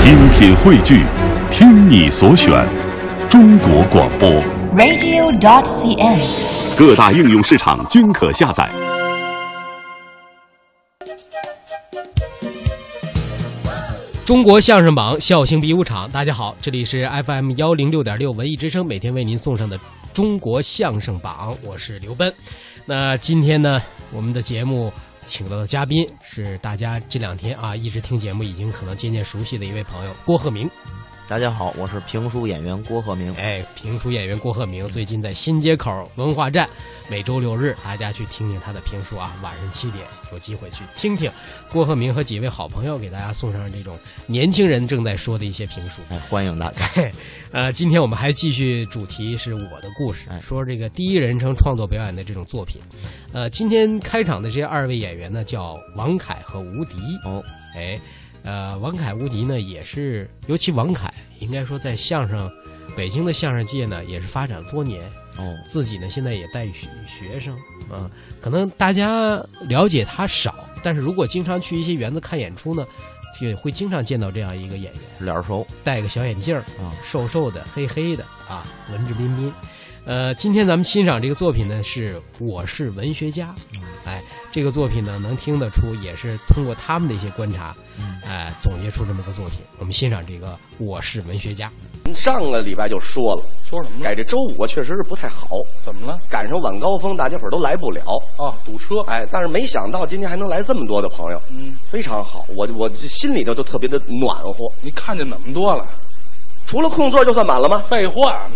精品汇聚，听你所选，中国广播。 radio.cn。各大应用市场均可下载。中国相声榜，笑星比武场。大家好，这里是 FM 幺零六点六文艺之声，每天为您送上的中国相声榜，我是刘奔。那今天呢，我们的节目请到的嘉宾是大家这两天啊一直听节目已经可能渐渐熟悉的一位朋友郭鹤鸣。大家好，我是评书演员郭鹤鸣。哎，评书演员郭鹤鸣最近在新街口文化站，每周六日大家去听听他的评书啊，晚上七点有机会去听听郭鹤鸣和几位好朋友给大家送上这种年轻人正在说的一些评书。哎，欢迎大家。 呃，今天我们还继续主题是我的故事哎，说这个第一人称创作表演的这种作品。呃，今天开场的这二位演员呢，叫王凯和吴迪。哦，哎，呃，王凯、吴迪呢，也是，尤其王凯，应该说在相声，北京的相声界呢，也是发展多年。哦，自己呢，现在也带学学生啊，可能大家了解他少，但是如果经常去一些园子看演出呢，也会经常见到这样一个演员。脸儿熟戴个小眼镜儿啊，瘦瘦的、黑黑的啊，文质彬彬。呃，今天咱们欣赏这个作品呢，是《我是文学家》。哎，这个作品呢，能听得出，也是通过他们的一些观察，哎，总结出这么个作品。我们欣赏这个《我是文学家》。上个礼拜就说了，说什么改了？这周五啊确实是不太好，怎么了？赶上晚高峰，大家伙儿都来不了。啊，堵车。哎，但是没想到今天还能来这么多的朋友，嗯，非常好，我我这心里头就特别的暖和。你看见那么多了？除了空座就算满了吗？废话，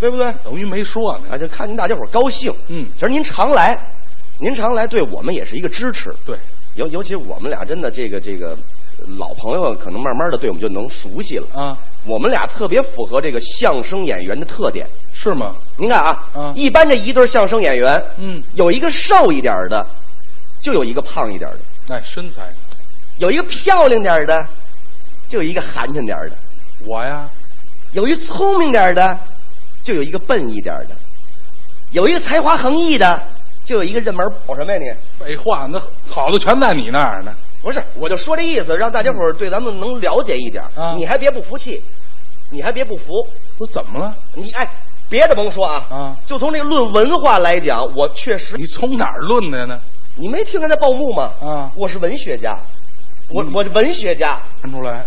对不对？等于没说呢。啊，就看您大家伙儿高兴。嗯其实您常来，您常来对我们也是一个支持。对，尤尤其我们俩真的这个这个嗯老朋友，啊可能慢慢的对我们就能熟悉了。啊，我们俩特别符合这个相声演员的特点。是吗？您看啊，嗯一般这一对相声演员，嗯有一个瘦一点儿的，就有一个胖一点儿的；哎，身材，有一个漂亮点儿的，就有一个寒碜点儿的；我呀，有一聪明点儿的，就有一个笨一点儿的；有一个才华横溢的，就有一个认门儿。跑什么呀你？废哎话，那好的全在你那儿呢。不是，我就说这意思，让大家伙儿对咱们能了解一点儿。啊你还别不服气，你还别不服，我怎么了？你哎，别的甭说啊，啊就从这个论文化来讲，我确实你从哪儿论的呢？你没听他在报幕吗？啊嗯我是文学家，我、我是文学家，看出来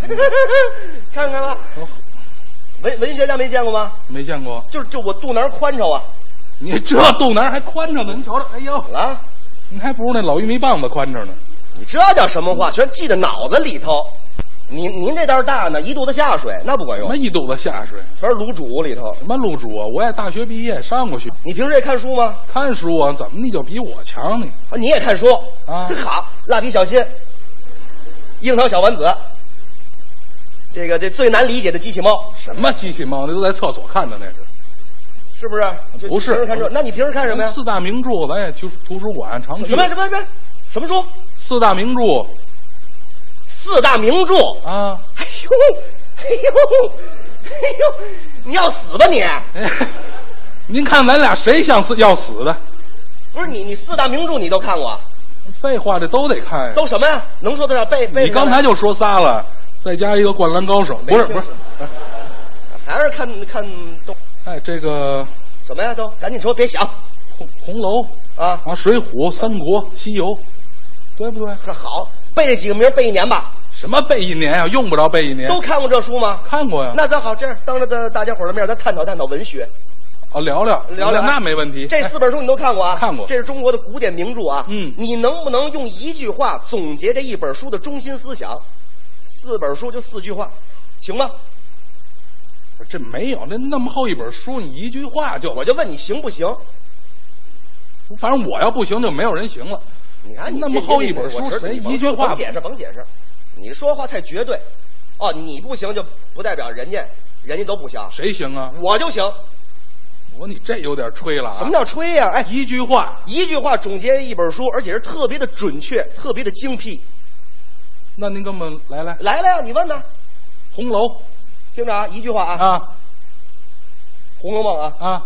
看看吧哦，文文学家没见过吗？没见过？就是就我肚腩宽敞啊你这肚腩还宽着呢，你瞅瞅，哎呦，啊！你还不如那老玉米棒子宽着呢。你这叫什么话？全记在脑子里头。您您这倒是大呢，一肚子下水，那不管什用么，一肚子下水？全是卤煮里头。什么路主啊？我也大学毕业，上过学，你平时也看书吗？看书啊，怎么你就比我强呢？啊，你也看书啊 好，蜡笔小新、樱桃小丸子，这个这最难理解的机器猫，什么机器猫？那都在厕所看的那是。是不是？就不是平时看这，那你平时看什么呀？四大名著，咱也去图书馆常去。什么什么什么什么书？四大名著四大名著。啊？哎呦，哎呦，哎呦，你要死吧你！哎您看咱俩谁像死要死的？不是你，你四大名著你都看过啊，废话，这都得看呀。都什么呀？能说得上背背哎 你得上刚来？才就说仨了，再加一个《灌篮高手》，不是没听不是，还是看看都哎，这个《什么呀？都赶紧说，别想红红楼》啊！啊，《水浒》《三国》《西游》，对不对？呵好，背这几个名儿背一年吧。什么背一年啊？用不着背一年，都看过这书吗？看过呀。那咱好，这样当着大大家伙儿的面，咱探讨探讨文学。啊，聊聊聊聊那没问题。这哎四本书你都看过啊？看过这是中国的古典名著啊。嗯你能不能用一句话总结这一本书的中心思想？四本书就四句话，行吗？这没有，哎那那么厚一本书，你一句话就我，就问你行不行？反正我要不行就没有人行了。你看你那么这厚一这本书我知道谁你甭一句话甭解释，甭解释，你说话太绝对。哦，你不行就不代表人家，人家都不行，谁行啊？我就行。我说你这有点吹了啊！什么叫吹呀、哎，一句话？一句话总结一本书，而且是特别的准确，特别的精辟。那您给我们来来《来了呀，你问他，红楼》听着啊，一句话啊，啊红楼梦》啊，啊，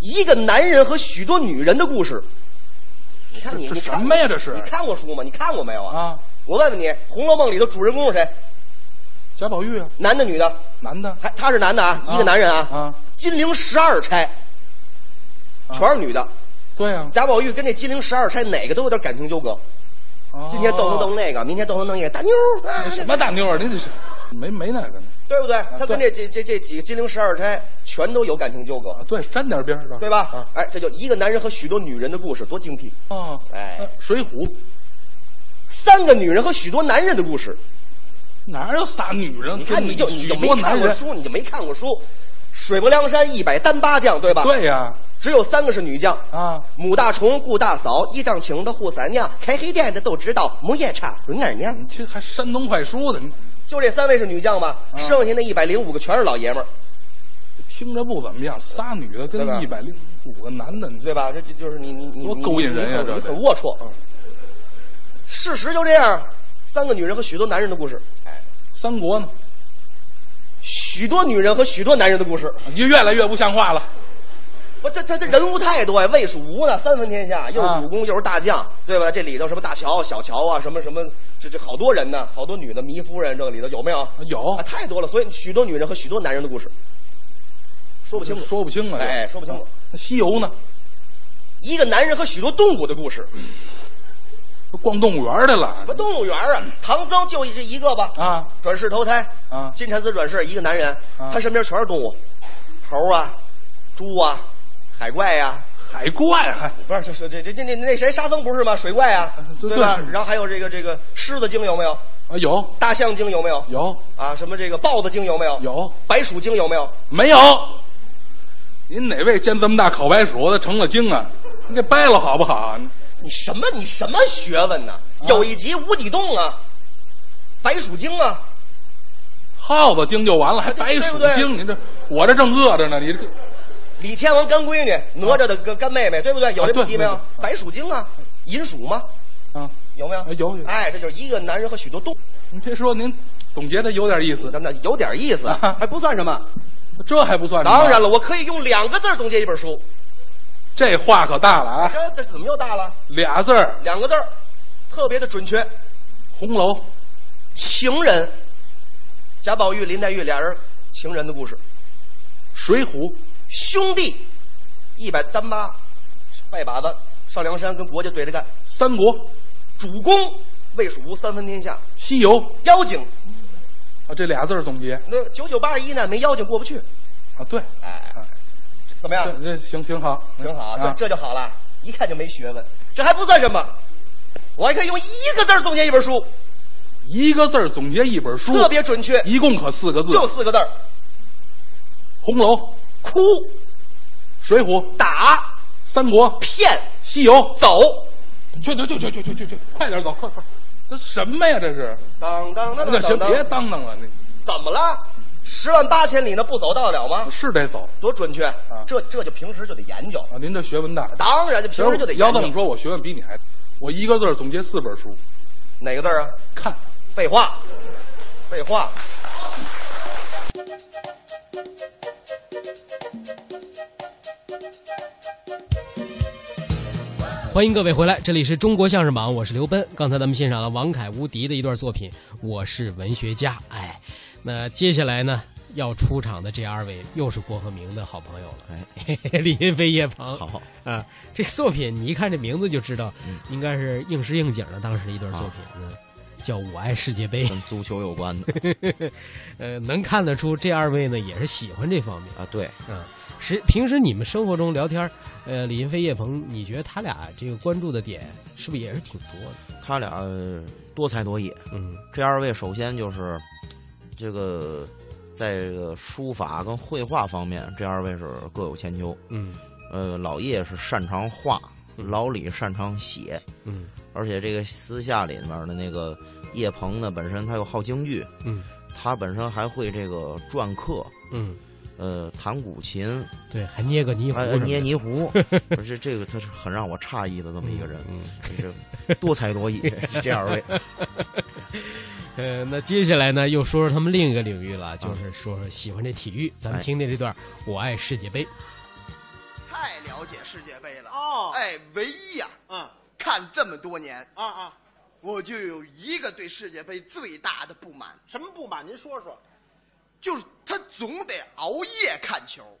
一个男人和许多女人的故事。你看你这你这看什么呀这是你看过书吗？你看过没有啊？啊，我问问你，《红楼梦》里头主人公是谁？贾宝玉啊，男的女的，男的，还他是男的啊，一个男人啊，啊，金陵十二钗，全是女的。对啊，贾宝玉跟这金陵十二钗哪个都有点感情纠葛，啊今天斗弄斗那个，明天斗弄弄那个，大妞儿啊那，什么大妞儿，那这是没没那个呢 对不对？他跟对这这这这几个金陵十二钗全都有感情纠葛，啊，对，沾点边儿的，对吧？啊哎，这就一个男人和许多女人的故事，多精辟！啊，哎呃水浒三个女人和许多男人的故事，哪有仨女人？你看你就你就没多看男过人，书，你就没看过书。水泊梁山一百单八将，对吧？，对呀，只有三个是女将。啊，母大虫，顾大嫂，一丈青的扈三娘，开黑店的都知道，母夜叉孙二娘。你这还山东快书的，你啊就这三位是女将吧？剩下那一百零五个全是老爷们儿，听着不怎么样，仨女的对吧跟一百零五个男的，你这对吧？这这就是你你你多你勾引人呀你很这你得很龌龊嗯。事实就这样，三个女人和许多男人的故事，哎三国呢，许多女人和许多男人的故事。也越来越不像话了。不，这他这人物太多呀，魏蜀吴呢，三分天下，又啊是主公，又是大将，对吧？这里头什么大乔、小乔啊，什么什么，这这好多人呢，好多女的，糜夫人这个里头有没有？有啊，太多了，所以许多女人和许多男人的故事，说不清楚。说不清了，哎，说不清楚。那西游呢？一个男人和许多动物的故嗯事，都逛动物园的了什么动物园啊？唐僧就这一个吧，嗯啊转世投胎，啊！金蝉子转世，一个男人，啊他身边全是动物，猴啊，猪啊，海怪呀、哎海怪啊还不是，就是这这这那那谁沙僧不是吗？水怪啊，对吧对？是然后还有这个这个狮子精有没有？啊有大象精有没有？有啊，什么这个豹子精有没有？有白鼠精有没有？没有？您哪位煎这么大烤白薯的成了精啊？你给掰了好不好？啊你什么你什么学问呢？有一集无底洞啊，白鼠精啊，耗子精就完了，还白鼠对不精？您这我这正饿着呢，你这个李天王干闺女，哪吒的干干妹妹，对不对？有这啊么对集没有对？白鼠精啊，银鼠吗？啊，有没有啊？有有哎，这就是一个男人和许多动物，您别说，您总结的有点意思，那那有点意 思，啊还不算什么。这还不算什么当然，了，我可以用两个字儿总结一本书，这话可大了啊，这这怎么又大了？俩字儿两个字儿，特别的准确。红楼情人，贾宝玉、林黛玉俩人情人的故事。水浒兄弟，一百单八，拜把子上梁山跟国家对着干。三国主公魏蜀吴三分天下，西游妖精啊，这俩字儿总结那九九八十一难，没妖精过不去。啊，对，哎，怎么样？这这行挺好，挺好，这啊，这就好了，一看就没学问。这还不算什么，我还可以用一个字儿总结一本书，一个字儿总结一本书，特别准确，一共可四个字：就四个字儿：红楼、哭、水浒、打、三国、骗、西游。走。去去去去去去去去，快点走，快快！这什么呀？这是？当当当那当行当，当别当当了，那怎么了？十万八千里呢，不走到得了吗？是得走啊多准确！这这就平时就得研究，啊！您这学问大，当然就行平时就得要研这么究。说，我学问比你还大。我一个字儿总结四本书，哪个字儿啊？看废话，废话。欢迎各位回来，这里是中国相声榜，我是刘奔。刚才咱们欣赏了王凯、吴迪的一段作品《我是文学家》。哎，那接下来呢，要出场的这二位又是郭鹤鸣的好朋友了， 哎，李云飞、叶鹏。好，啊，嗯这作品你一看这名字就知道，应该是应时应景的当时一段作品，嗯，叫《我爱世界杯》。跟足球有关的 呃，能看得出这二位呢也是喜欢这方面。啊，对，时平时你们生活中聊天儿，呃，李云飞、叶鹏，你觉得他俩这个关注的点是不是也是挺多的？他俩呃多才多艺。嗯这二位首先就是这个在这个书法跟绘画方面，这二位是各有千秋。嗯呃，老叶是擅长画，老李擅长写，嗯而且这个私下里面的那个叶鹏呢，本身他又好京剧，嗯他本身还会这个篆刻，嗯，呃，弹古琴，对，还捏个泥还糊还什么的，捏泥 糊，不是这个他是很让我诧异的这么一个人，嗯这 多才 多艺，是这二位。呃，那接下来呢，又说说他们另一个领域了，就是说说喜欢这体育。咱们啊哎听听这段儿《我爱世界杯》。太了解世界杯了哦哎，唯一呀、嗯看这么多年，啊啊，我就有一个对世界杯最大的不满，什么不满？您说说就是他总得熬夜看球，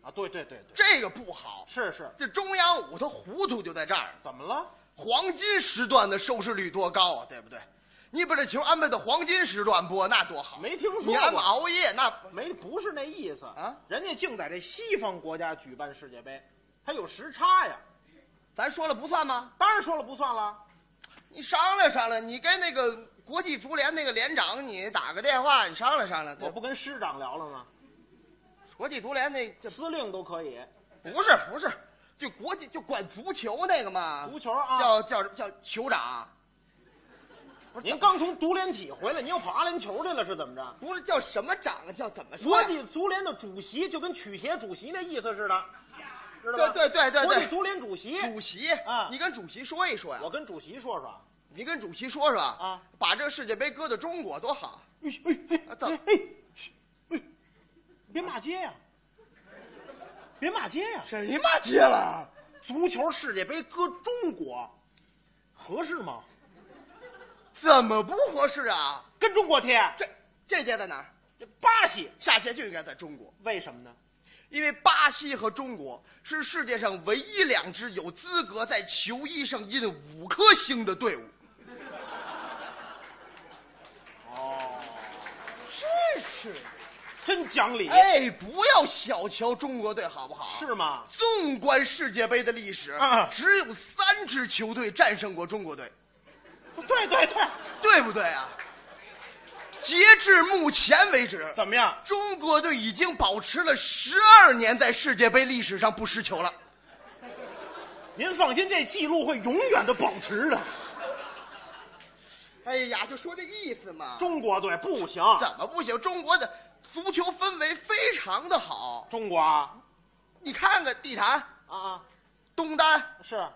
啊！对对对对，这个不好。是是，这中央五它糊涂就在这儿，怎么了？黄金时段的收视率多高啊，对不对？你把这球安排到黄金时段播，那多好！没听说过你安排熬夜，那没，不是那意思啊！人家净在这西方国家举办世界杯，它有时差呀。咱说了不算吗？当然说了不算了，你商量商量，你跟那个国际足联那个连长，你打个电话，你商量商量。对我吧不跟师长聊了吗？国际足联那这司令都可以，不是不是，就国际就管足球那个嘛，足球啊叫叫叫酋长，不是您刚从足联体回来，您又跑阿联酋去了，是怎么着？不是叫什么长，啊叫怎么说国呀？际足联的主席就跟曲协主席那意思似的，知道吧？对对对对对国际足联主席，主席啊你跟主席说一说呀我，跟主席说说。你跟主席说说啊，把这个世界杯搁到中国多好。哎哎啊哎怎哎哎，嘘哎，别骂街呀、别骂街呀、谁骂街了？足球世界杯搁中国，合适吗？怎么不合适啊？跟中国贴，这这届在哪儿？这巴西下届就应该在中国，为什么呢？因为巴西和中国是世界上唯一两支有资格在球衣上印五颗星的队伍。哦，真是的！真讲理，哎，不要小瞧中国队，好不好？是吗？纵观世界杯的历史，啊只有三支球队战胜过中国队，对对对，对不对啊？截至目前为止，怎么样？中国队已经保持了十二年在世界杯历史上不失球了。您放心，这记录会永远的保持的。哎呀，就说这意思嘛。中国队不行，怎么不行？中国的足球氛围非常的好，中国啊你看看地坛、啊东单，是，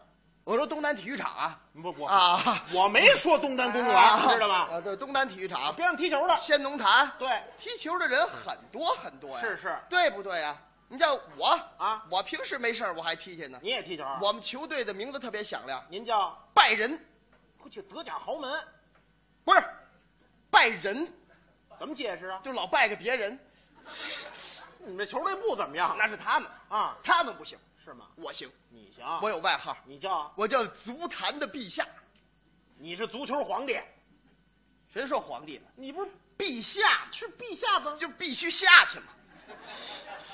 我说东单体育场啊不不啊，我没说东单公园，啊知道吗？啊，对，东单体育场，边上踢球的，先农坛，对，踢球的人很多很多呀，是是对不对呀？你像我啊我平时没事儿我还踢去呢。你也踢球啊？我们球队的名字特别响亮，您叫拜仁我去德甲豪门，不是拜仁，怎么解释啊？就老拜个别人，你们这球队不怎么样？那是他们，啊，他们不行，是吗？我行，你行，我有外号，你叫我叫足坛的陛下。你是足球皇帝，谁说皇帝了？你不是陛下嘛，是陛下吗？就必须下去嘛，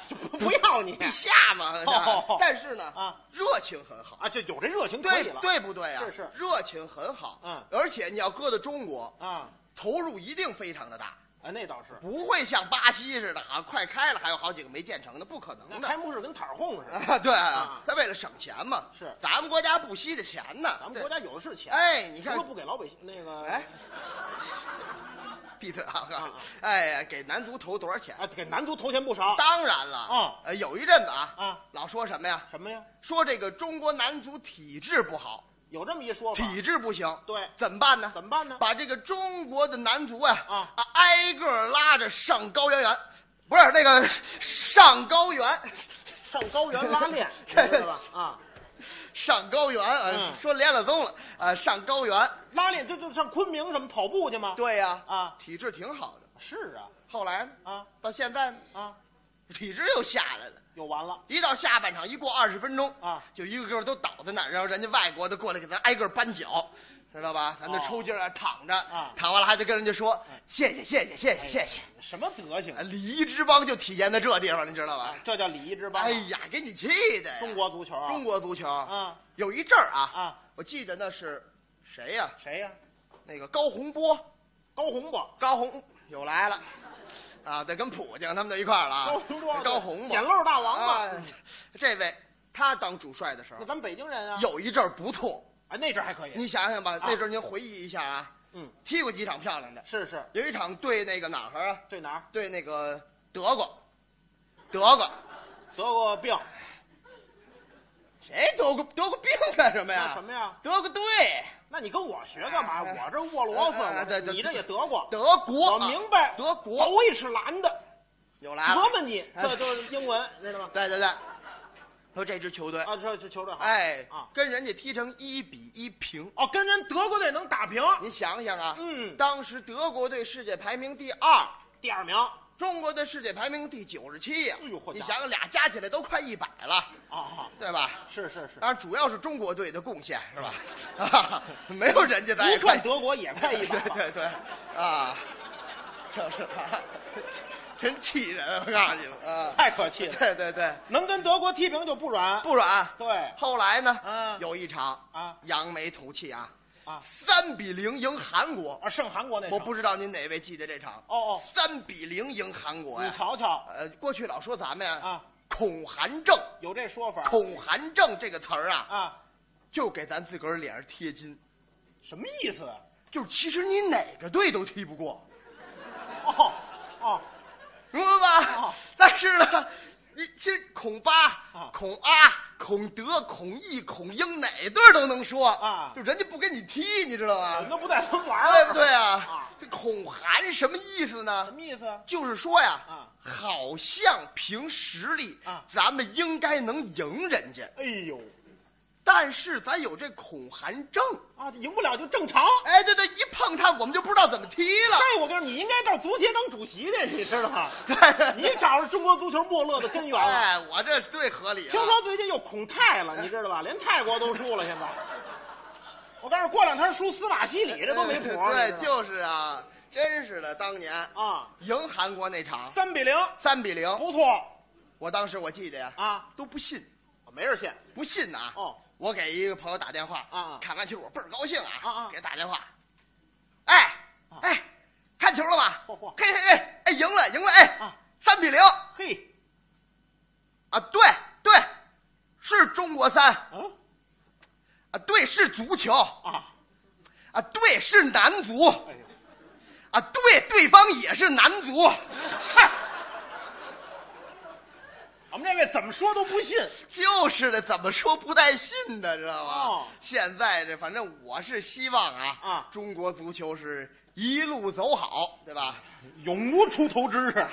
就不不要你必下嘛。哦但是呢，啊，热情很好。啊，就有这热情可对以了，对不对啊？是是热情很好，嗯而且你要搁到中国，啊投入一定非常的大，啊，那倒是，不会像巴西似的，好像快开了还有好几个没建成的，不可能那的开。幕式跟塔哄似的，啊，对啊啊，他为了省钱嘛，是咱们国家不惜这钱呢，咱们国家有的是对钱，哎，你除看了，不给老百姓那个，哎， 闭嘴啊啊！哎呀，给男足投多少钱？啊，给男足投钱不少，当然了，啊呃，有一阵子啊，啊，老说什么呀？什么呀？说这个中国男足体制不好，有这么一说法，体制不行，对怎么办呢？怎么办呢把这个中国的男足啊啊挨个儿拉着上高原原，不是那个上高原，上高原拉 练，你这知道吧？啊，上高原啊，嗯说连了宗了啊，上高原，拉练就就上昆明什么跑步去吗？，对呀啊体制挺好的。是啊，后来呢？啊到现在呢，啊，体制又下来了。又完了，一到下半场，一过二十分钟啊就一个个都倒在那儿，然后人家外国的过来给咱挨个扳脚，知道吧？咱这哦抽筋儿啊，躺着啊躺完了还得跟人家说谢谢谢谢谢谢谢谢。什么德行啊？礼仪之邦就体现在这地方，你知道吧？这叫礼仪之邦啊。哎呀，给你气的呀！中国足球啊，中国足球啊，有一阵儿啊啊，我记得那是谁呀？谁呀、那个高洪波，高洪波，高洪又来了，啊，得跟普京他们都一块儿了啊。高洪波，高洪波，捡漏大王嘛。啊这位他当主帅的时候那，咱们北京人啊，有一阵儿不错。啊，那阵儿还可以。啊你想想吧，那时候您回忆一下啊，嗯，踢过几场漂亮的，是是，有一场对那个哪儿啊？对哪儿？对那个德国，德国，得过病，谁德国德国病干什么那呀？什么呀？德国队，那你跟我学干嘛？哎哎我这沃罗斯，哎哎我对对你这也德国，德国，我明白，德国都是蓝的，又来了德。么你，哎这都是英文，知道吗？对对对，说这支球队，啊，这这球队好，哎，啊，跟人家踢成一比一平。哦，跟人德国队能打平，您想想啊，嗯当时德国队世界排名第二，第二名，中国队世界排名第九十七呀哎呦嚯。你家伙想想，俩加起来都快一百了，啊，对吧？是是是，当然，主要是中国队的贡献是吧？ 啊，没有人家在不算德国也快一百对了，对对，啊， 就是吧？真气人，我告诉你们 啊！太可气了， 对对对，能跟德国踢平就不软，不软。 对后来呢？嗯有一场啊扬眉吐气啊，啊三比零赢韩国。啊，胜韩国那场我不知道您哪位记得这场？哦哦三比零赢韩国你呀！瞧瞧，呃，过去老说咱们呀，啊，恐韩症，有这说法恐韩症这个词儿啊，啊，就给咱自个儿脸上贴金，什么意思？啊就是其实你哪个队都踢不过，哦哦，明白吧？哦但是呢，你其实恐八、啊恐阿、恐德、恐意、恐英哪队儿都能说啊就人家不跟你踢，你知道吗人？都不带他们玩对了，不对啊啊？这恐韩什么意思什呢？么意思？就是说呀，啊好像凭实力啊咱们应该能赢人家，哎呦，但是咱有这恐韩症，啊，赢不了就正常。哎哎，对对，一碰它我们就不知道怎么踢了。这我告诉你，你应该到足协当主席去，你知道吗？ 对你找着中国足球没落的根源了。哎，我这最合理、啊。听说最近又恐泰了，你知道吧？连泰国都输了，现在。 我告诉你，过两天输斯瓦西里，这都没谱。对，你知道吗就是啊，真是的，当年啊，赢韩国那场三比零，三比零，不错我当时我记得呀，啊，都不信，没人信。不信呐。哦，我给一个朋友打电话啊啊看完球我倍儿高兴啊啊啊给他打电话，哎啊哎，看球了吧？嚯嚯嘿嘿嘿，哎，赢了赢了，哎啊，三比零嘿，啊，对对，是中国三嗯啊，对是足球啊，啊，对是男足哎呦，啊，对对方也是男足。嗨，我们这位怎么说都不信。就是的，怎么说不带信的，知道吗？哦现在这反正我是希望啊，啊中国足球是一路走好，对吧？永无出头之日。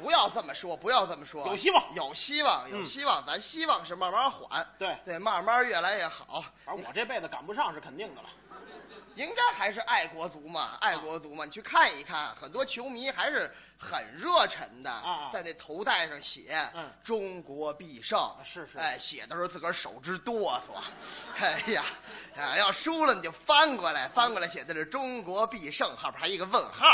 不要这么说，不要这么说，有希望嗯有希望，有希望，咱希望是慢慢缓，对对，慢慢越来越好。反正我这辈子赶不上是肯定的了。应该还是爱国族啊嘛，爱国族嘛，你去看一看，很多球迷还是很热忱的，啊啊在那头带上写“嗯啊中国必胜”，是是哎，写的时候自个儿手直哆嗦， 哎呀，啊，要输了你就翻过来，翻过来写的是“中国必胜”，后边还一个问号，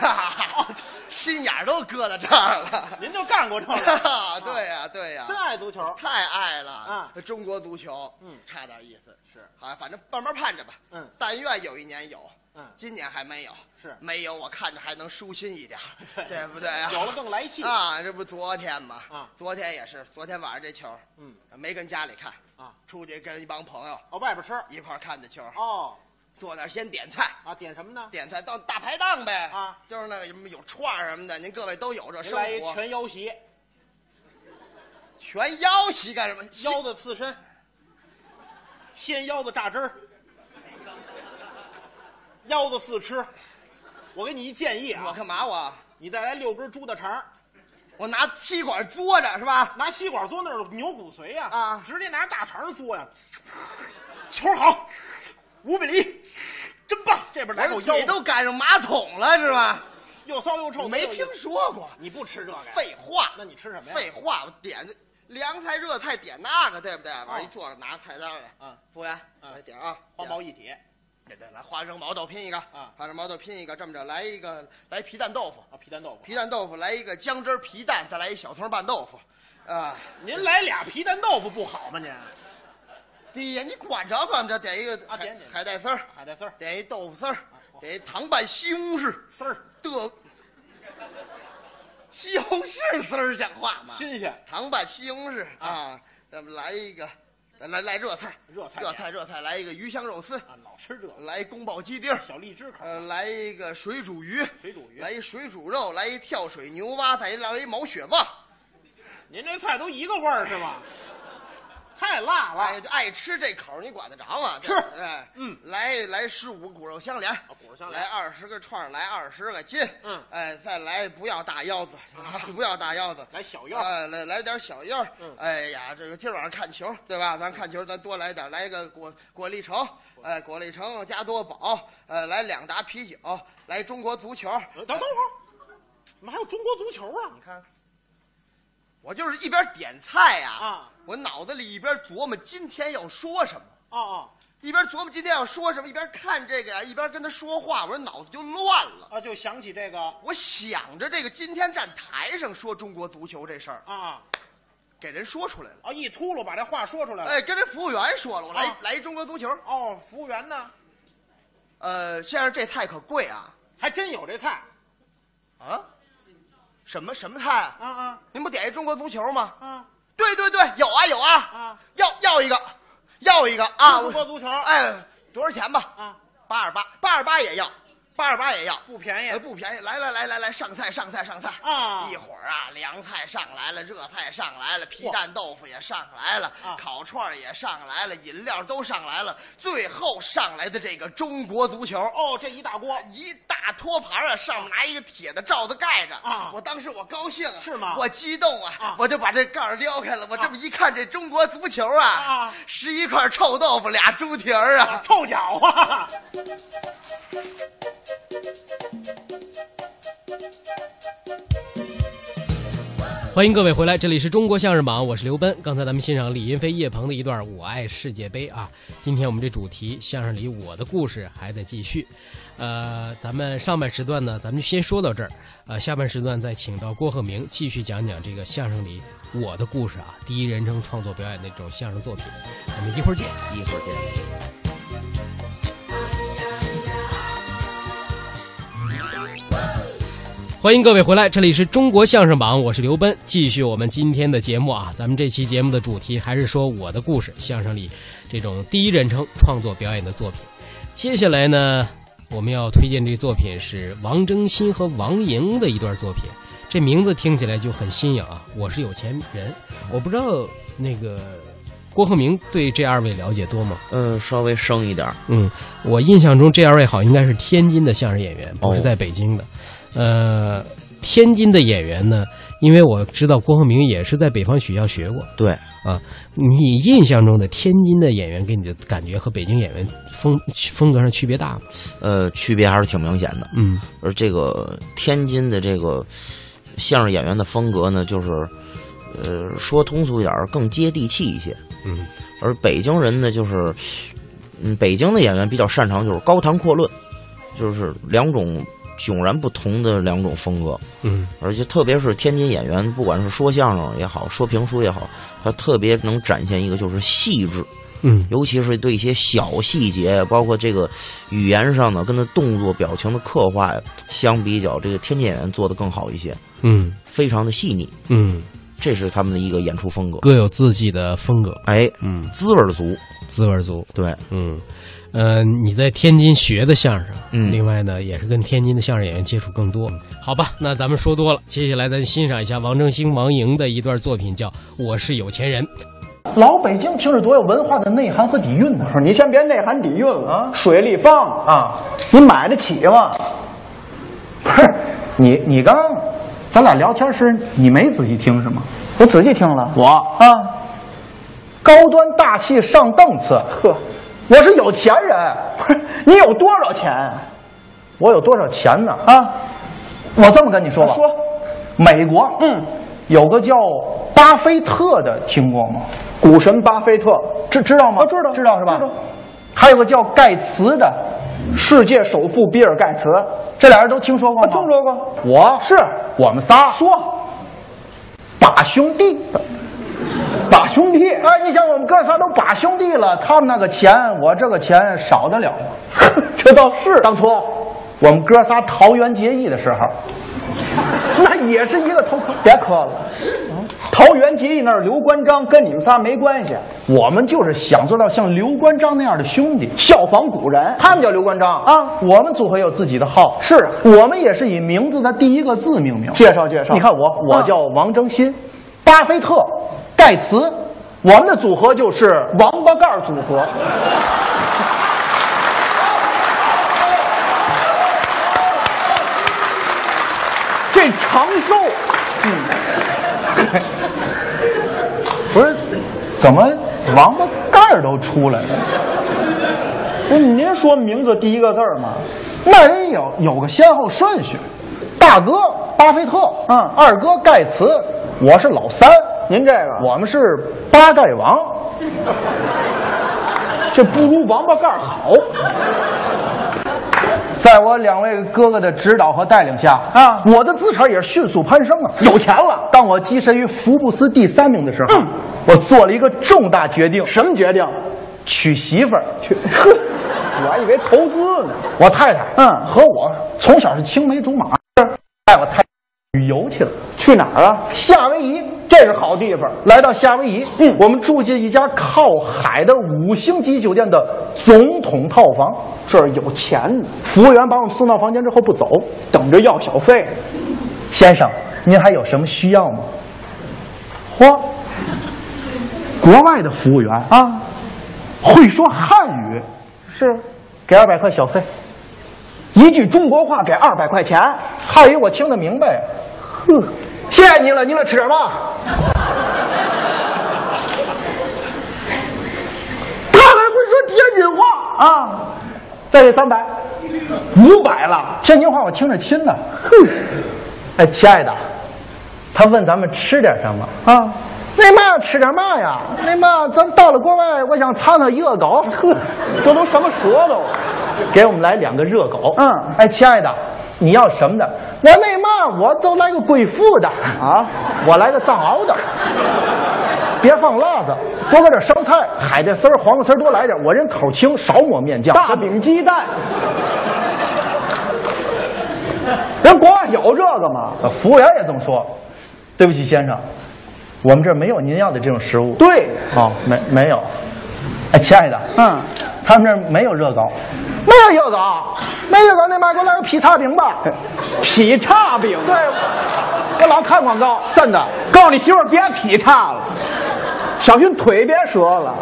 哈哈， 心眼儿都搁到这儿了，哦您就干过这个，哈哈 对呀、对呀、真爱足球。太爱了啊中国足球，嗯差点意思是好，反正慢慢盼着吧。嗯但愿有一年有，嗯今年还没有，是没有，我看着还能舒心一点 儿，对不对啊？有了更来气啊！这不昨天吗？啊昨天也是，昨天晚上这球，嗯，没跟家里看啊，出去跟一帮朋友哦，外边吃。一块儿看的球，哦坐那儿先点菜。啊，点什么呢？点菜到大排档呗啊，就是那个什么有串儿什么的，您各位都有这您生来一活。全腰席，全腰席干什么？腰子刺身，鲜腰子榨汁儿，腰子四吃。我给你一建议我啊，干嘛我？你再来六根猪大肠儿，我拿吸管嘬着是吧？拿吸管嘬那儿牛骨髓呀、啊直接拿大肠嘬呀，球好，五比一，真棒！这边来口腰你子，都赶上马桶了是吧？又骚又臭，我没又听说过。你不吃这个呀？废话，那你吃什么呀？废话，我点凉菜热菜点那个对不对？往一坐着拿菜单来，哦嗯，服务员，嗯来点啊，花毛一体对对，来花生毛豆拼一个，啊花生毛豆拼一个，这么着来一个来皮蛋豆腐，啊，皮蛋豆腐。皮蛋豆腐来一个姜汁儿皮蛋，再来一小葱拌豆腐，啊，您来俩皮蛋豆腐不好吗？您第一你管着管不着，点一个啊海点点海带丝儿，海带丝儿、啊点一豆腐丝儿嚯，点一糖拌西红柿，丝儿的西红柿丝儿像话吗？新鲜，糖拌西红柿啊，咱们来一个，咱来来热菜，热菜热菜热菜，来一个鱼香肉丝，啊，老吃这个来一宫保鸡丁儿，小荔枝口呃，来一个水煮鱼，水煮鱼来。一水煮肉，来一跳水牛蛙，再来一毛血旺，您这菜都一个味儿是吗？太辣哎了，，爱吃这口儿你管得着吗？是哎，嗯啊来来十五骨肉相连，骨肉相连来二十个串儿，来二十个筋，嗯啊哎，再来不要大腰子， 不要大腰子，来小药，哎，来来点小药，嗯哎呀，这个今儿晚上看球，对吧？咱看球，咱多来点，来一个果果粒橙，哎，果粒橙加多宝，呃，来两打啤酒，来中国足球，等等会儿，怎么还有中国足球啊？你看，我就是一边点菜呀、啊我脑子里一边琢磨今天要说什么，哦哦，一边琢磨今天要说什么，一边看这个呀，一边跟他说话，我这脑子就乱了。啊，就想起这个我想着这个今天站台上说中国足球这事儿，啊给人说出来了，啊，一秃噜把这话说出来了。哎，跟人服务员说了，我来、啊来一中国足球，哦，服务员呢？呃，先生这菜可贵啊还真有这菜啊，什么什么菜啊？啊啊您不点一中国足球吗？啊！对对对，有啊有啊，啊要要一个，要一个啊！中国足球哎，多少钱吧？啊，八二八，八二八也要，八二八也要，不便宜哎，不便宜。来来来来来，上菜上菜上菜啊一会儿啊，凉菜上来了，热菜上来了，皮蛋豆腐也上来了啊，烤串儿也上来了，饮料都上来了，最后上来的这个中国足球。哎哦，这一大锅一大托盘啊，上面拿一个铁的罩子盖着啊我当时我高兴啊，是吗我激动啊，啊我就把这盖儿撩开了。我这么一看，这中国足球啊，啊十一块臭豆腐，俩猪蹄儿啊啊，臭脚啊！欢迎各位回来，这里是中国相声榜，我是刘奔。刚才咱们欣赏李云飞、叶鹏的一段《我爱世界杯》啊，今天我们这主题相声里我的故事还在继续。呃，咱们上半时段呢，咱们就先说到这儿，呃，下半时段再请到郭鹤鸣继续讲讲这个相声里我的故事啊，第一人称创作表演的这种相声作品。咱们一会儿见。一会儿见。欢迎各位回来，这里是中国相声榜，我是刘奔，继续我们今天的节目啊。咱们这期节目的主题还是说我的故事，相声里这种第一人称创作表演的作品。接下来呢，我们要推荐这作品是王征新和王莹的一段作品。这名字听起来就很新颖啊！我是有钱人，我不知道那个郭鹤鸣对这二位了解多吗？嗯，稍微生一点儿，嗯，我印象中这二位好像应该是天津的相声演员，不是哦在北京的。呃，天津的演员呢，因为我知道郭鹤鸣也是在北方学校学过。啊对，你印象中的天津的演员给你的感觉和北京演员风风格上区别大吗？呃，区别还是挺明显的。嗯而这个天津的这个相声演员的风格呢，就是呃，说通俗一点儿，更接地气一些。嗯，而北京人呢，就是嗯，北京的演员比较擅长就是高谈阔论，就是两种迥然不同的两种风格。嗯而且特别是天津演员，不管是说相声也好，说评书也好，他特别能展现一个就是细致，嗯尤其是对一些小细节，包括这个语言上的跟他动作表情的刻画，相比较这个天津演员做的更好一些，嗯非常的细腻，嗯，这是他们的一个演出风格。各有自己的风格，哎，嗯，滋味儿足，滋味足。对，嗯，呃，你在天津学的相声，嗯另外呢，也是跟天津的相声演员接触更多。好吧，那咱们说多了，接下来咱欣赏一下王正兴、王莹的一段作品，叫《我是有钱人》。老北京听着多有文化的内涵和底蕴呢、不是你先别内涵底蕴了啊水立方啊，你买得起吗？不是，你你刚咱俩聊天时，你没仔细听是吗？我仔细听了，我啊，高端大气上档次，呵，我是有钱人。不 是你有多少钱我有多少钱呢？啊，啊？我这么跟你说吧，说，美国嗯，有个叫巴菲特的，听过吗？股神巴菲特，啊知知道吗？我知道知道是吧？知道还有个叫盖茨的，世界首富比尔盖茨，这俩人都听说过我吗？啊听说过。我是我们仨说，把兄弟。把兄弟，哎，你想我们哥仨都把兄弟了，他们那个钱，我这个钱少得了吗？ 这倒是当初我们哥仨桃园结义的时候，那也是一个头壳，别磕了。桃园结义那儿刘关张跟你们仨没关系，我们就是想做到像刘关张那样的兄弟。效仿古人。他们叫刘关张啊我们组合有自己的号，是啊我们也是以名字的第一个字命名。介绍介绍嗯你看我，我啊叫王征新，巴菲特，盖茨，我们的组合就是王八盖儿组合。这长寿， 不是，怎么王八盖儿都出来了？不是您说名字第一个字儿吗？那人有有个先后顺序，大哥巴菲特，嗯二哥盖茨，我是老三，您这个我们是八盖王。这不如王八盖儿好。在我两位哥哥的指导和带领下，啊我的资产也是迅速攀升啊，有钱了嗯当我跻身于福布斯第三名的时候，我做了一个重大决定，什么决定？娶媳妇儿。去，呵，我还以为投资呢。我太太，嗯和我从小是青梅竹马，带我太太旅游去了，去哪儿啊？夏威夷。这是好地方。来到夏威夷，嗯我们住进一家靠海的五星级酒店的总统套房。这儿有钱呢，服务员把我们送到房间之后不走，等着要小费呢。先生，您还有什么需要吗？嚯，国外的服务员啊，啊，会说汉语，是给二百块小费。一句中国话给二百块钱，汉语我听得明白呀。呵，谢谢您了，您了吃点嘛。他还会说天津话啊！再给三百，五百了。天津话我听着亲呢。哎，亲爱的，他问咱们吃点什么啊？那嘛吃点嘛呀？那嘛，咱到了国外，哎我想尝尝热狗。这都什么舌头啊？给我们来两个热狗。嗯哎，亲爱的，你要什么的？我那嘛，我就来个贵妇的啊，我来个藏獒的，别放辣子，多搁点生菜、海带丝儿、黄瓜丝儿多来点。我人口轻，少抹面酱。大饼鸡 蛋。人国外有这个吗？呃服务员也这么说。对不起，先生，我们这儿没有您要的这种食物。对，哦，没没有。哎，亲爱的，嗯，他们这儿没有热狗，没有热狗，没热狗，那边给我来个劈叉饼吧。 劈叉饼，对，我老看广告，真的。告诉你媳妇儿别劈叉了，小心腿别折了。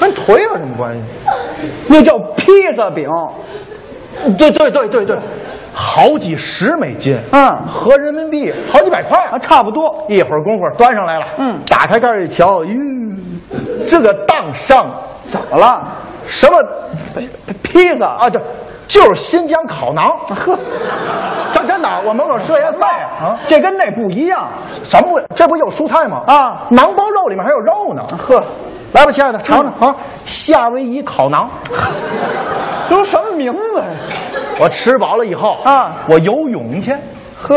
跟腿有什么关系？那叫披萨饼，对对对对对，好几十美金，嗯合人民币好几百块啊，差不多。一会儿功夫端上来了，嗯打开盖儿一瞧，哟，这个当上怎么了？什么披萨啊？啊，就就是新疆烤馕，呵，这真的，我门口设宴卖啊，这跟那不一样。什么不这不有蔬菜吗？啊馕包肉里面还有肉呢。呵，嗯来吧，亲爱的，尝尝啊，夏威夷烤馕。 都什么名字呀？ 我吃饱了以后啊我游泳去。呵，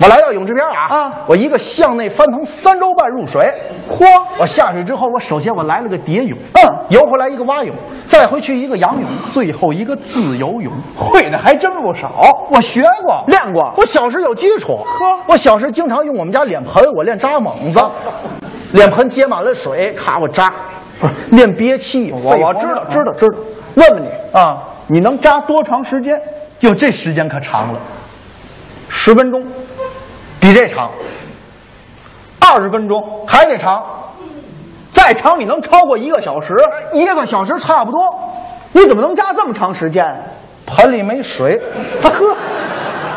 我来到泳池边啊，啊我一个向内翻腾三周半入水，嚯！我下水之后，我首先我来了个蝶泳，嗯游回来一个蛙泳，再回去一个仰泳，最后一个自由泳。会的还真不少，我学过，练过我小时有基础。呵啊我小时经常用我们家脸盆，我练扎猛子，脸盆接满了水，咔我扎，不是练憋气。我我知道知道知道。问问你，道啊，你能扎多长时间？哟，这时间可长了，十分钟，比这长，二十分钟，还得长。再长你能超过一个小时？一个小时差不多，你怎么能扎这么长时间？盆里没水，呵，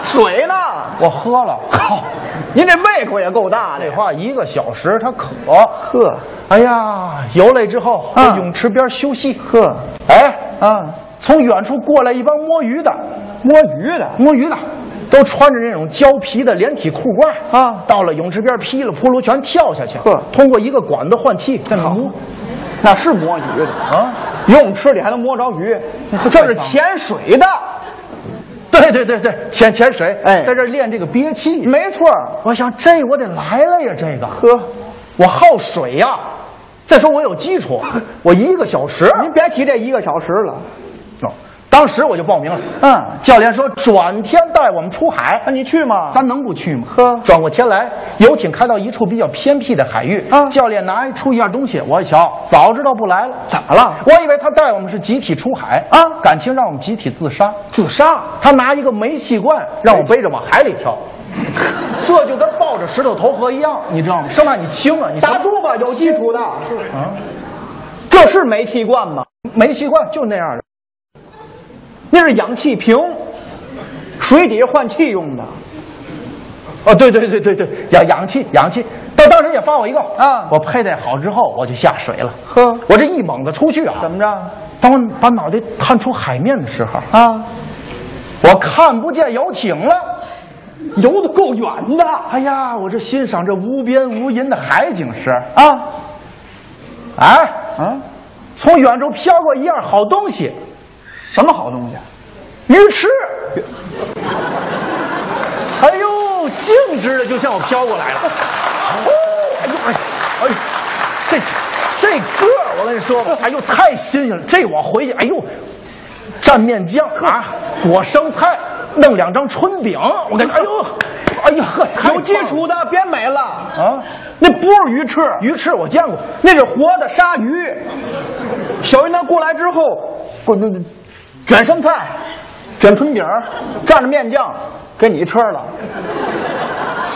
水呢？我喝了。好，您这胃口也够大的废呀。话，一个小时他渴。呵哎呀，游累之后，啊在泳池边休息。呵，哎，啊，从远处过来一帮摸鱼的，摸鱼的，摸鱼的都穿着那种胶皮的连体裤褂啊到了泳池边噼里扑噜全跳下去呵，通过一个管子换气。这好，那是摸鱼的啊，游泳池里还能摸着鱼，这是潜水的，对对对对，潜潜水，哎在这儿练这个憋气。没错儿。我想这我得来了呀，这个呵，我好水呀、再说我有基础，我一个小时。您别提这一个小时了，哦当时我就报名了。嗯，教练说转天带我们出海，那你去吗？咱能不去吗？呵，转过天来，游艇开到一处比较偏僻的海域。啊，教练拿出一样东西，我一瞧，早知道不来了。怎么了？我以为他带我们是集体出海啊，感情让我们集体自杀。自杀？他拿一个煤气罐让我背着往海里 跳。这就跟抱着石头投河一样，你知道吗？生怕你轻啊，你打住吧，有基础的。啊，这是煤气罐吗？煤气罐就那样的。那是氧气瓶，水底下换气用的。哦，对对对对对，氧氧气氧气，但当时也发我一个啊我佩戴好之后我就下水了，呵，我这一猛子出去啊，怎么？着？当我把脑袋探出海面的时候，啊，我看不见游艇了，游的够远的哎呀，我这欣赏这无边无垠的海景时，啊哎，啊！从远处飘过一样好东西，什么好东西？鱼翅。哎呦，径直的就向我飘过来了。哦，哎呦，哎呦，哎呦，这这歌儿我跟你说吧，哎呦，太新鲜了。这我回去，哎呦，蘸面酱啊，裹生菜，弄两张春饼，我感觉，哎呦，哎呀呵，太棒有了基础的，别美了。啊。那不是鱼翅，鱼翅我见过，那是活的鲨鱼。小云南过来之后，滚滚卷生菜，卷春饼儿，蘸着面酱给你吃了。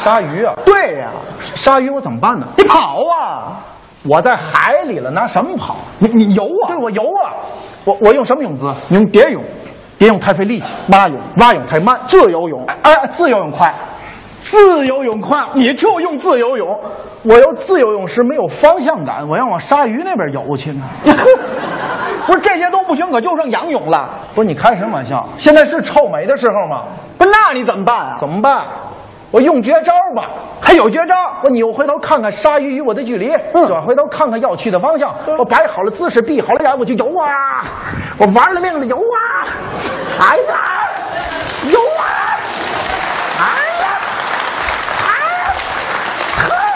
鲨鱼啊，对呀、鲨鱼我怎么办呢？你跑啊！我在海里了，拿什么跑？你你游啊！对，我游啊，我我用什么泳姿？你用蝶泳、别用太费力气，蛙泳、蛙泳太慢，自由泳、哎哎，自由泳快。自由泳快，你就用自由泳。我游自由泳时没有方向感，我要往鲨鱼那边游去呢。不是这些都不行，可就剩仰泳了。不是你开什么玩笑？现在是臭美的时候吗？不是，那你怎么办啊？怎么办？我用绝招吧。还有绝招？嗯我扭回头看看鲨鱼与我的距离，转回头看看要去的方向。我摆好了姿势，闭好了眼，我就游啊，我玩了命的游啊，哎呀，游啊，哎呀，哎呀，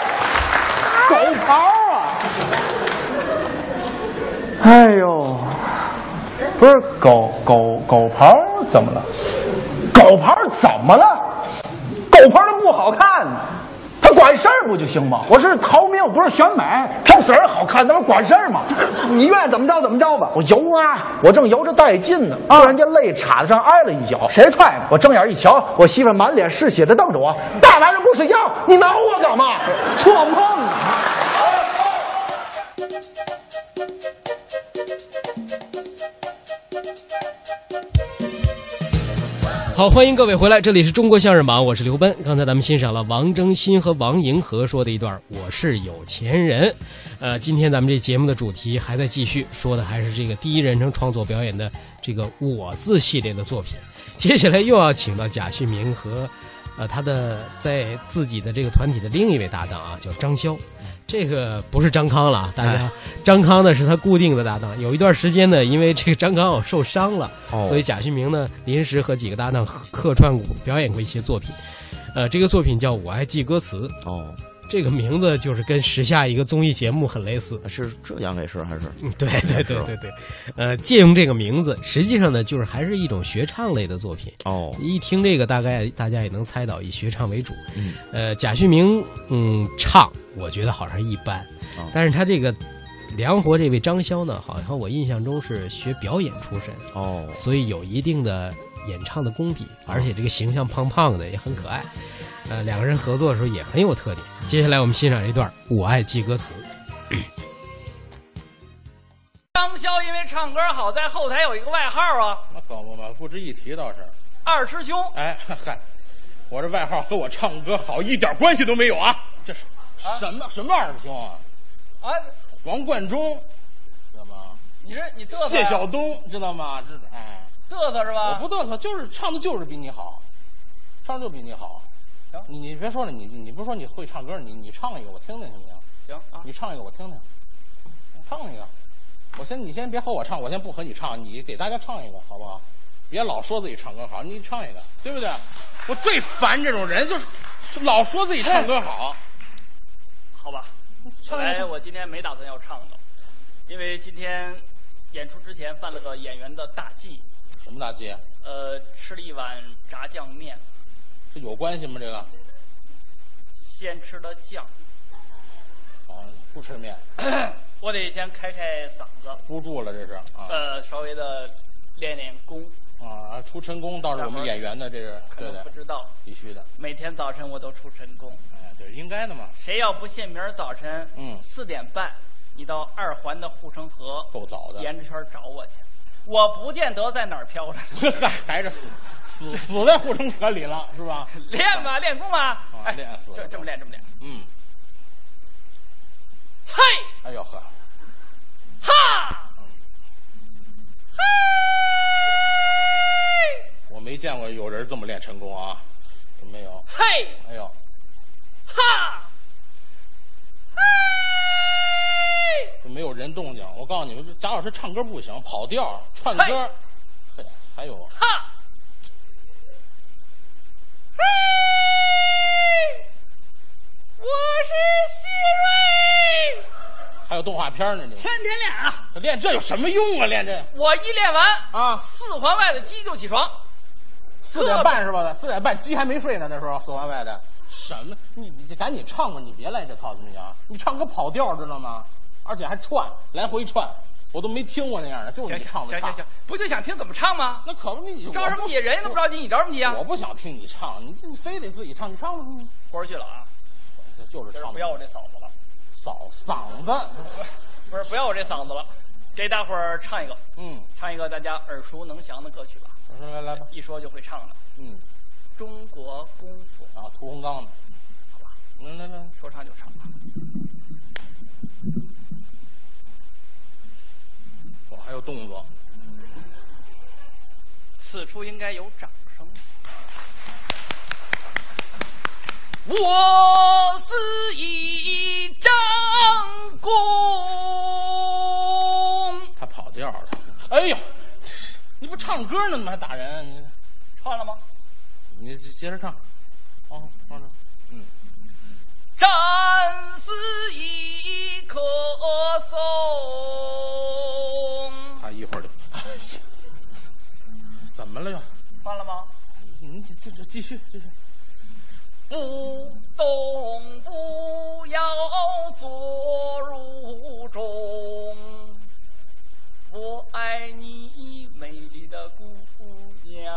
狗刨啊！哎呦，不是狗狗狗刨怎么了？狗刨怎么了？狗刨它不好看，他管事儿不就行吗？我是逃民，我不是选美，漂色儿好看，那不是管事儿吗？你愿意怎么着怎么着吧。啊我游啊，我正游着带劲呢，突然间肋叉子上挨了一脚，谁踹的？我睁眼一瞧，我媳妇满脸是血的瞪着我，大晚上不睡觉，你挠我干嘛？做梦啊！好，欢迎各位回来，这里是中国相声榜，我是刘奔。刚才咱们欣赏了王征新和王银河说的一段“我是有钱人”。呃，今天咱们这节目的主题还在继续，说的还是这个第一人称创作表演的这个“我字”系列的作品。 接下来又要请到贾旭明和，呃，他的在自己的这个团体的另一位搭档啊，叫张潇。这个不是张康了哎啊，大家，张康呢是他固定的搭档。有一段时间呢，因为这个张康哦受伤了，哦所以贾旭明呢临时和几个搭档客串过表演过一些作品。呃，这个作品叫《我爱记歌词》，哦，这个名字就是跟时下一个综艺节目很类似。是浙江卫视还是？嗯，对对对对对，呃，借用这个名字，实际上呢就是还是一种学唱类的作品。哦，一听这个，大概大家也能猜到，以学唱为主。嗯，呃，贾旭明，嗯，唱我觉得好像一般，哦但是他这个梁活这位张潇呢，好像我印象中是学表演出身，哦，所以有一定的演唱的功底，而且这个形象胖胖的也很可爱。呃，两个人合作的时候也很有特点。接下来我们欣赏这段《我爱记歌词》。张潇因为唱歌好，在后台有一个外号啊，那可不嘛，不值一提倒是。二师兄。哎，嗨，我这外号和我唱歌好一点关系都没有啊！这是什么、什么二师兄啊？哎，王冠中，知道吗？你这你嘚瑟谢呀、晓东，知道吗？这是哎，嘚瑟是我吧？不嘚瑟，就是唱的就是比你好，唱的就比你好。行你你别说了，你你不是说你会唱歌，你你唱一个我听听行不行？行啊，你唱一个我听听，唱一个。我先你先别和我唱，我先不和你唱，你给大家唱一个好不好？别老说自己唱歌好，你唱一个，对不对？我最烦这种人，就是是老说自己唱歌好。好吧。哎唱一个来，我今天没打算要唱的，因为今天演出之前犯了个演员的大忌，什么大街？呃，吃了一碗炸酱面，这有关系吗？这个？先吃的酱，啊，不吃面，我得先开开嗓子，不住了，这是啊呃，稍微的练练功。啊！出晨功倒是我们演员的，这是可对能的不，知道，必须的，每天早晨我都出晨功。哎，这是应该的嘛。谁要不信，明儿早晨嗯四点半，你到二环的护城河，够早的 沿着圈儿找我去。我不见得在哪儿飘着，嗨，还是死死死在护城河里了，是 吧？练吧，练功吧，啊，哎，练死了这这么练，这么练，嗯，嘿，哎呦呵，哈，我没见过有人这么练晨功啊，真没有。嘿，哎呦，哈，就没有人动静。我告诉你们，这贾老师唱歌不行，跑调串歌儿，嘿，还有哈，嘿，我是希瑞，还有动画片呢，你天天练啊，们练这有什么用啊？练这我一练完啊四环外的鸡就起床。四点半是吧？四点半鸡还没睡呢，那时候四环外的什么？你你你赶紧唱吧，你别来这套怎么样？你唱歌跑调知道吗？而且还串，来回串，我都没听过那样的，就是行你唱行不行唱？行行，不就想听怎么唱吗？那可不你着什么急？人家都不着急，你着什么急啊我？不想听你唱，你你非得自己唱，你唱吧，你豁出去了啊！这就是今儿唱不要我这嗓子了，嗓嗓子，不是不要我这嗓子了，给大伙儿唱一个，嗯，唱一个大家耳熟能详的歌曲吧，我说来来吧，一说就会唱的嗯， 《中国功夫啊，屠洪刚的，》，来来来，说唱就唱吧。我还有动作，此处应该有掌声。我是一张弓，他跑调了，哎呦，你不唱歌呢，你还打人？啊你唱了吗？你接着唱，哦，放着，嗯，战是一棵松，他一会儿就，哎呀，怎么了又？换了吗？你这这继续继续，不动不要坐入中，我爱你美丽的姑娘，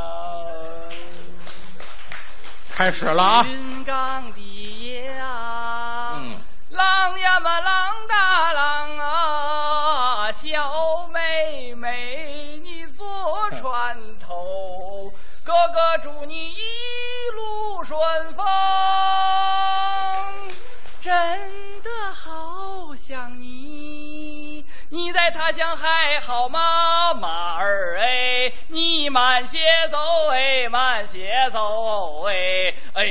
开始了啊，云冈的夜啊，嗯，郎呀嘛郎大郎啊，小妹妹你坐船头，哥哥祝你一路顺风。真的好想你，你在他乡还好吗？马儿哎，你慢些走哎，慢些走哎哎，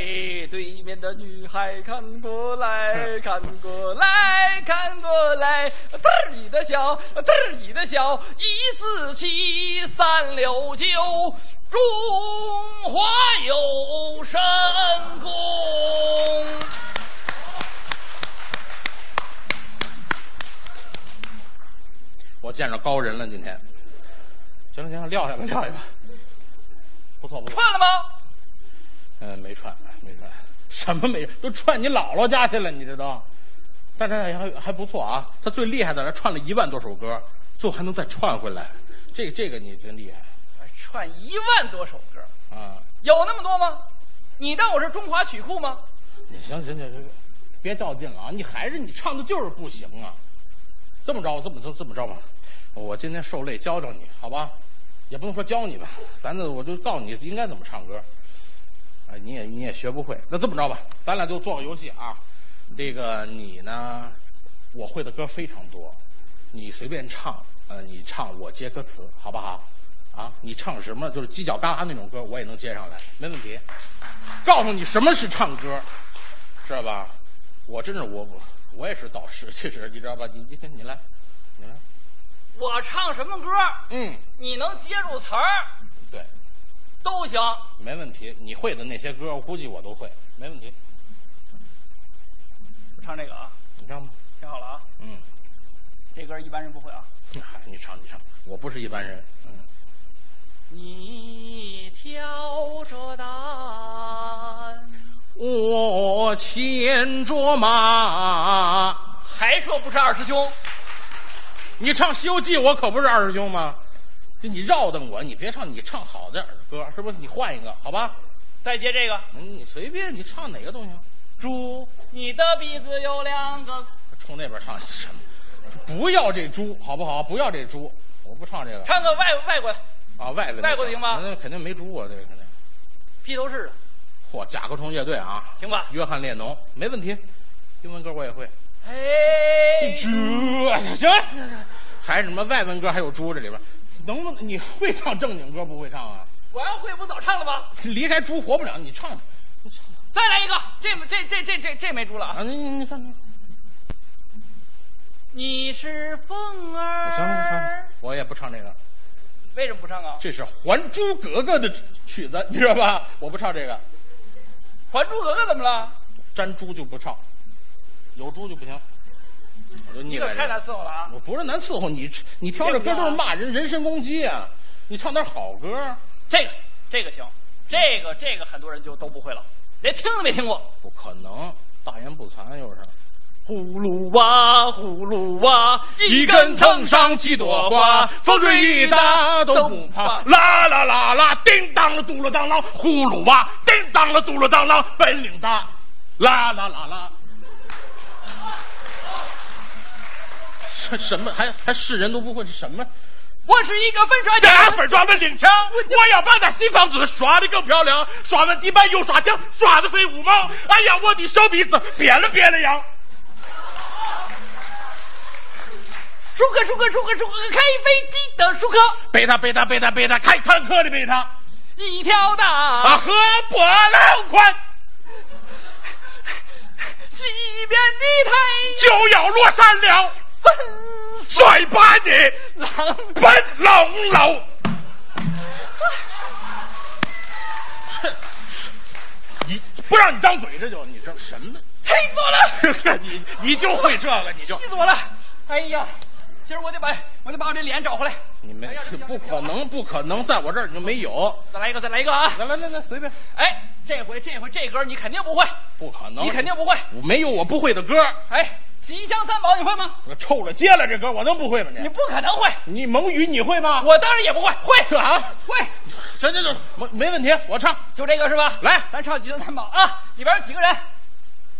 对面的女孩看过来，看过来，看过来，嘚儿一的笑，嘚儿一的笑，一四七三六九，中华有神功。我见着高人了今天，行了行了，撂下吧撂下吧，不错不错。串了吗？嗯，没串，没串，什么没都串你姥姥家去了，你知道？但是还还不错啊，他最厉害的，他串了一万多首歌，最后还能再串回来，这这个你真厉害串一万多首歌，啊！有那么多吗？你当我是中华曲库吗？你行行行行，别较劲了啊！你还是你唱的就是不行啊！这么着，这么这这么着吧，我今天受累教教你，好吧？也不能说教你吧，咱这我就告诉你应该怎么唱歌。哎，你也你也学不会，那这么着吧，咱俩就做个游戏啊。这个你呢，我会的歌非常多，你随便唱，呃，你唱我接歌词，好不好？啊，你唱什么就是犄角旮旯那种歌，我也能接上来，没问题。告诉你什么是唱歌，知道吧？我真是我我我也是导师， 其实你知道吧？你你你来，你来，我唱什么歌，嗯，你能接住词儿对，都行。没问题。你会的那些歌，我估计我都会，没问题。唱这个啊，你唱吧，听好了啊，嗯，这歌一般人不会啊。嗨，你唱你唱，我不是一般人，嗯，你挑着担，我牵着马。还说不是二师兄？你唱《西游记》，我可不是二师兄吗？这你绕瞪我，你别唱，你唱好点儿的歌，是不是？你换一个，好吧？再接这个，嗯你随便，你唱哪个都行。猪，你的鼻子有两个，冲那边唱什么？不要这猪，好不好？不要这猪，我不唱这个唱个外外国啊，外文的外国的行吗那肯定没猪啊，这个肯定。披头士的，嚯，甲壳虫乐队啊，行吧？约翰列侬，没问题。英文歌我也会。哎，猪，行了，还是什么外文歌，还有猪这里边，能不能你会唱正经歌不会唱啊？我要会不早唱了吗？离开猪活不了，你唱吧再来一个，这这这这这这没猪了啊！你你你唱。你是凤行了行儿了，，我也不唱这个，为什么不唱啊？这是《还珠格格》的曲子，你知道吧？我不唱这个， 《还珠格格》怎么了？沾猪就不唱，有猪就不行。我就你腻可歪太这难个。伺候了啊！我不是难伺候你，你挑这歌都是骂人、人身攻击啊！你唱点好歌，这个这个行，这个这个很多人就都不会了，连听都没听过。不可能，大言不惭又是。葫芦娃，葫芦娃，一根藤上七朵花，风吹雨打都不怕。啦啦啦啦，叮当了嘟噜当啷，呼噜娃，叮当了嘟噜当啷，本领大。啦啦啦啦，这什么还还是人都不会，这什么？我是一个粉刷匠，俩粉刷们领枪，我要把那新房子刷的更漂亮，刷完地板又刷墙，刷的飞五毛。哎呀，我的小鼻子变了变了样。舒克，舒克，舒克，舒克，开飞机的舒克，贝塔贝塔贝塔贝塔，开坦克的啊贝塔一条大啊，河伯浪宽。西边的太就要落山了，再把你奔冷楼。哎你不让你张嘴，这就你这什么？气死我 了！你你就会这个，你就气死我了！哎呀，今儿我得把我得把我这脸找回来。你没不可能，不可能，在我这儿你就没有。再来一个，再来一个啊！来来来来，随便，哎，这回这回这歌你肯定不会，不可能，你肯定不会。我没有我不会的歌。哎，吉祥三宝你会吗？我臭了街了，这歌我能不会吗？你你不可能会，你蒙语你会吗？我当然也不会，会啊，会，这这这没没问题，我唱就这个是吧？来咱唱吉祥三宝啊！里边有几个人？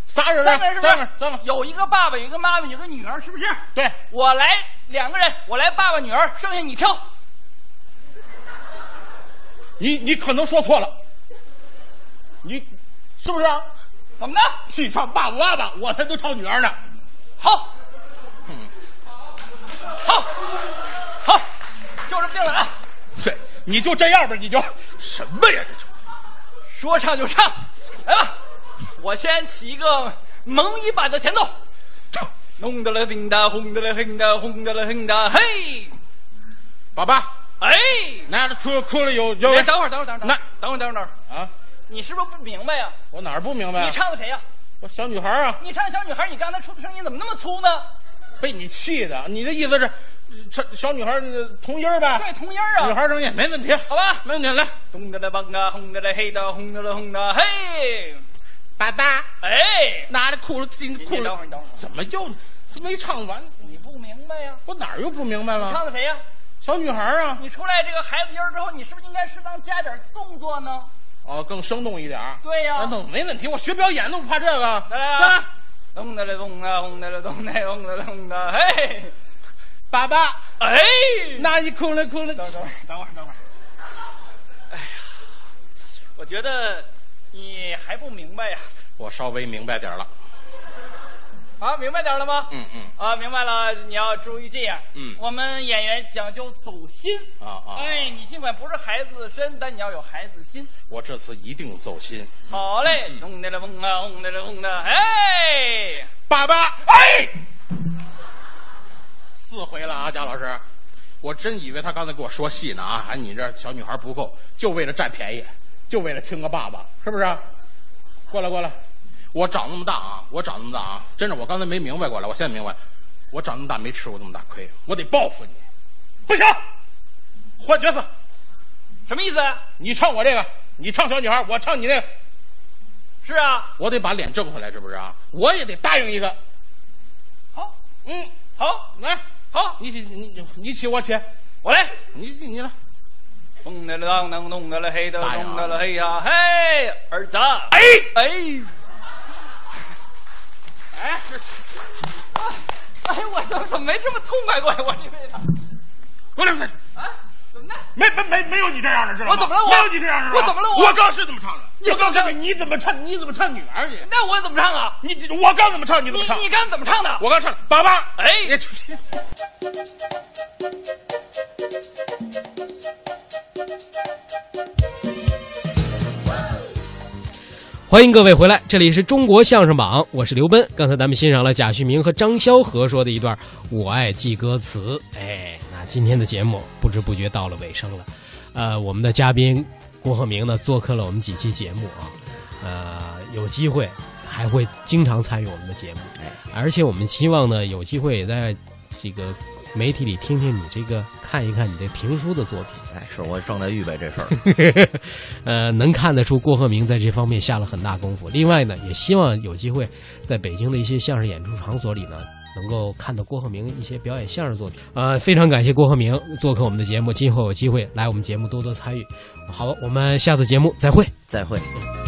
仨人三啊，个人是三不个是人，？三个有一个爸爸，有一个妈妈，有个女儿，是不是？对。我来两个人，我来爸爸女儿，剩下你挑。你你可能说错了，你是不是、啊？怎么的？去唱爸爸妈妈，我才都唱女 儿呢。好，好，好，就这么定了啊！对，你就这样吧，你就什么呀？这就说唱就唱，来吧，我先起一个蒙语版的前奏，唱弄得了叮哒，轰的了哼哒，轰的了哼哒，嘿，爸爸，哎，拿着哭哭了有有别等会儿，等会儿，等会儿，那等会儿，等会儿，等会儿，啊？你是不是不明白呀、我哪儿不明白、啊？你唱的谁呀、我小女孩啊，你唱小女孩，你刚才出的声音怎么那么粗呢？被你气的。你的意思是，这小女孩呃童音儿对，呗？同音儿啊。女孩声音没问题，好吧没问题。来，咚的了梆的，轰的了嘿的，轰的了轰的嘿，爸爸哎，拿着哭了心你哭你等会儿，了你，等会儿，怎么又没唱完？你不明白呀、我哪儿又不明白唱了？的谁呀、小女孩啊，你出来这个孩子音儿之后，你是不是应该适当加点动作呢？哦，更生动一点儿。对呀、那弄没问题，我学表演都不怕这个。啊来来来，咚的了咚的，轰的了咚的，轰的了轰的，嘿，爸爸，哎，那你哭了哭了。等会儿，等会儿，等会儿。哎呀，我觉得你还不明白呀、我稍微明白点儿了。啊，明白点儿了吗？嗯嗯啊，明白了，你要注意这样。嗯我们演员讲究走心。啊啊哎，你尽管不是孩子身，但你要有孩子心。我这次一定走心。好嘞，嗯嗡的了嗡啊，嗡的了嗡的，哎，爸爸，哎，四回了啊，贾老师，我真以为他刚才给我说戏呢啊，哎，你这小女孩不够，就为了占便宜，就为了听个爸爸，是不是？过来过来，我长那么大啊，我长那么大啊，真是我刚才没明白过来，我现在明白，我长那么大没吃过那么大亏，我得报复你，不行，换角色，什么意思？你唱我这个，你唱小女孩，我唱你那个，是啊，我得把脸挣回来，是不是啊？我也得答应一个。好，嗯，好，来，好，你起，你你起，我起，我来。你你来，啊咚的了当当，咚的了嘿的，咚的了嘿呀嘿，儿子，哎哎哎，这 哎，我怎么怎么没这么痛快过呀？我这辈子过来过来，啊，怎么的？没没没没有你这样的，知道吗？我怎么了我没有你这样的，知道吗我怎么了我我刚是这么唱的，我刚是你怎么唱？你怎么唱女儿去？那我怎么唱啊？你这我刚怎么唱？你怎你么唱？你刚怎么唱的？我刚唱的爸爸，哎别去欢迎各位回来，这里是中国相声榜，我是刘奔。刚才咱们欣赏了贾旭明和张潇合说的一段《我爱记歌词》。哎，那今天的节目不知不觉到了尾声了。呃，我们的嘉宾郭鹤鸣呢，做客了我们几期节目啊。呃，有机会还会经常参与我们的节目，哎而且我们希望呢，有机会也在这个媒体里听听你这个，看一看你这评书的作品。哎，是我正在预备这事儿。 呃，能看得出郭鹤鸣在这方面下了很大功夫。另外呢，也希望有机会在北京的一些相声演出场所里呢，能够看到郭鹤鸣一些表演相声作品。呃，非常感谢郭鹤鸣做客我们的节目，今后有机会来我们节目多多参与。好，我们下次节目再会，再会。嗯